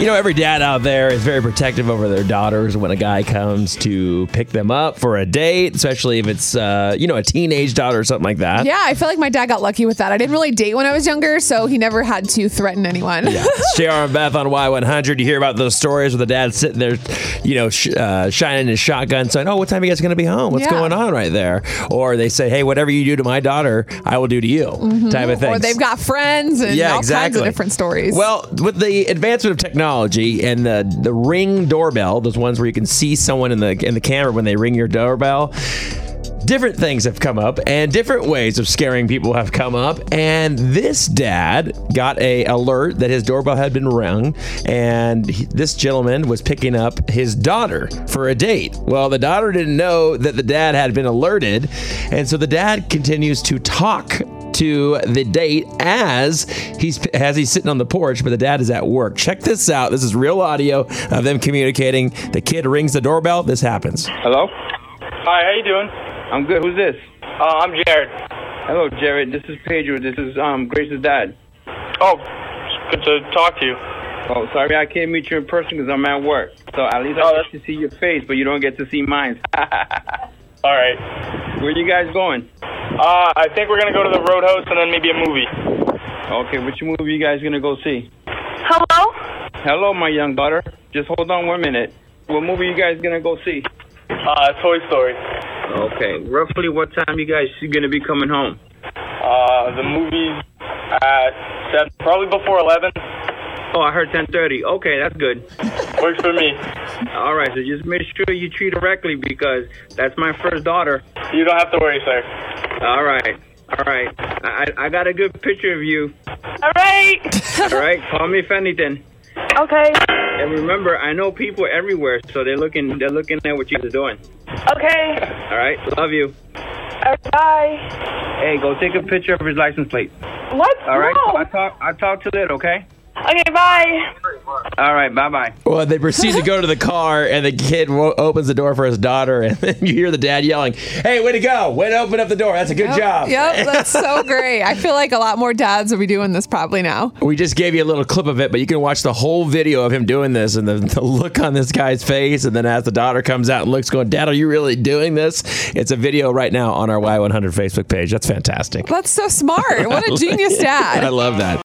You know, every dad out there is very protective over their daughters when a guy comes to pick them up for a date, especially if it's, uh, you know, a teenage daughter or something like that. Yeah, I feel like my dad got lucky with that. I didn't really date when I was younger, so he never had to threaten anyone. It's JR and Beth on Y100. You hear about those stories where the dad's sitting there, you know, sh- uh, shining his shotgun, saying, Oh, what time are you guys going to be home? What's Yeah. going on right there? Or they say, Hey, whatever you do to my daughter, I will do to you, type of thing. Mm-hmm. or they've got friends and yeah, all exactly. kinds of different stories. Well, with the advancement of technology and the the ring doorbell, those ones where you can see someone in the in the camera when they ring your doorbell. Different things have come up, and different ways of scaring people have come up. And this dad got a alert that his doorbell had been rung, and he- this gentleman was picking up his daughter for a date. Well, the daughter didn't know that the dad had been alerted, and so the dad continues to talk to the date as he's as he's sitting on the porch, but the dad is at work. Check this out. This is real audio of them communicating. The kid rings the doorbell. This happens. Hello? Hi, how you doing? I'm good. Who's this? Uh, I'm Jared. Hello, Jared. This is Pedro. This is um Grace's dad. Oh, it's good to talk to you. Oh, sorry I can't meet you in person 'cause I'm at work. So at least Oh, I that's- get to see your face, but you don't get to see mine. All right. Where you guys going? Uh, I think we're gonna go to the Roadhouse and then maybe a movie. Okay, which movie you guys gonna go see? Hello? Hello, my young daughter. Just hold on one minute. What movie you guys gonna go see? Uh, Toy Story. Okay. Roughly what time you guys gonna be coming home? Uh, the movie's at seven, probably before eleven. Oh, I heard 10:30. Okay, that's good. Works for me. All right, so just make sure you treat her correctly because that's my first daughter. You don't have to worry, sir. All right. All right. I, I I got a good picture of you. All right. All right. Call me if anything. Okay. And remember, I know people everywhere, so they're looking. They're looking at what you guys are doing. Okay. All right. Love you. All right. Bye. Hey, go take a picture of his license plate. What? All right. No. I talk. I talk to it. Okay. Okay, bye. All right. Bye bye. Well, they proceed to go to the car, and the kid wo- opens the door for his daughter, and then you hear the dad yelling, "Hey, way to go! Way to open up the door! That's a good Yep, job." Yep, that's so great. I feel like a lot more dads will be doing this probably now. We just gave you a little clip of it, but you can watch the whole video of him doing this and the, the look on this guy's face. And then as the daughter comes out and looks, going, Dad, are you really doing this? It's a video right now on our Y100 Facebook page. That's fantastic. That's so smart. What a genius dad. I love that.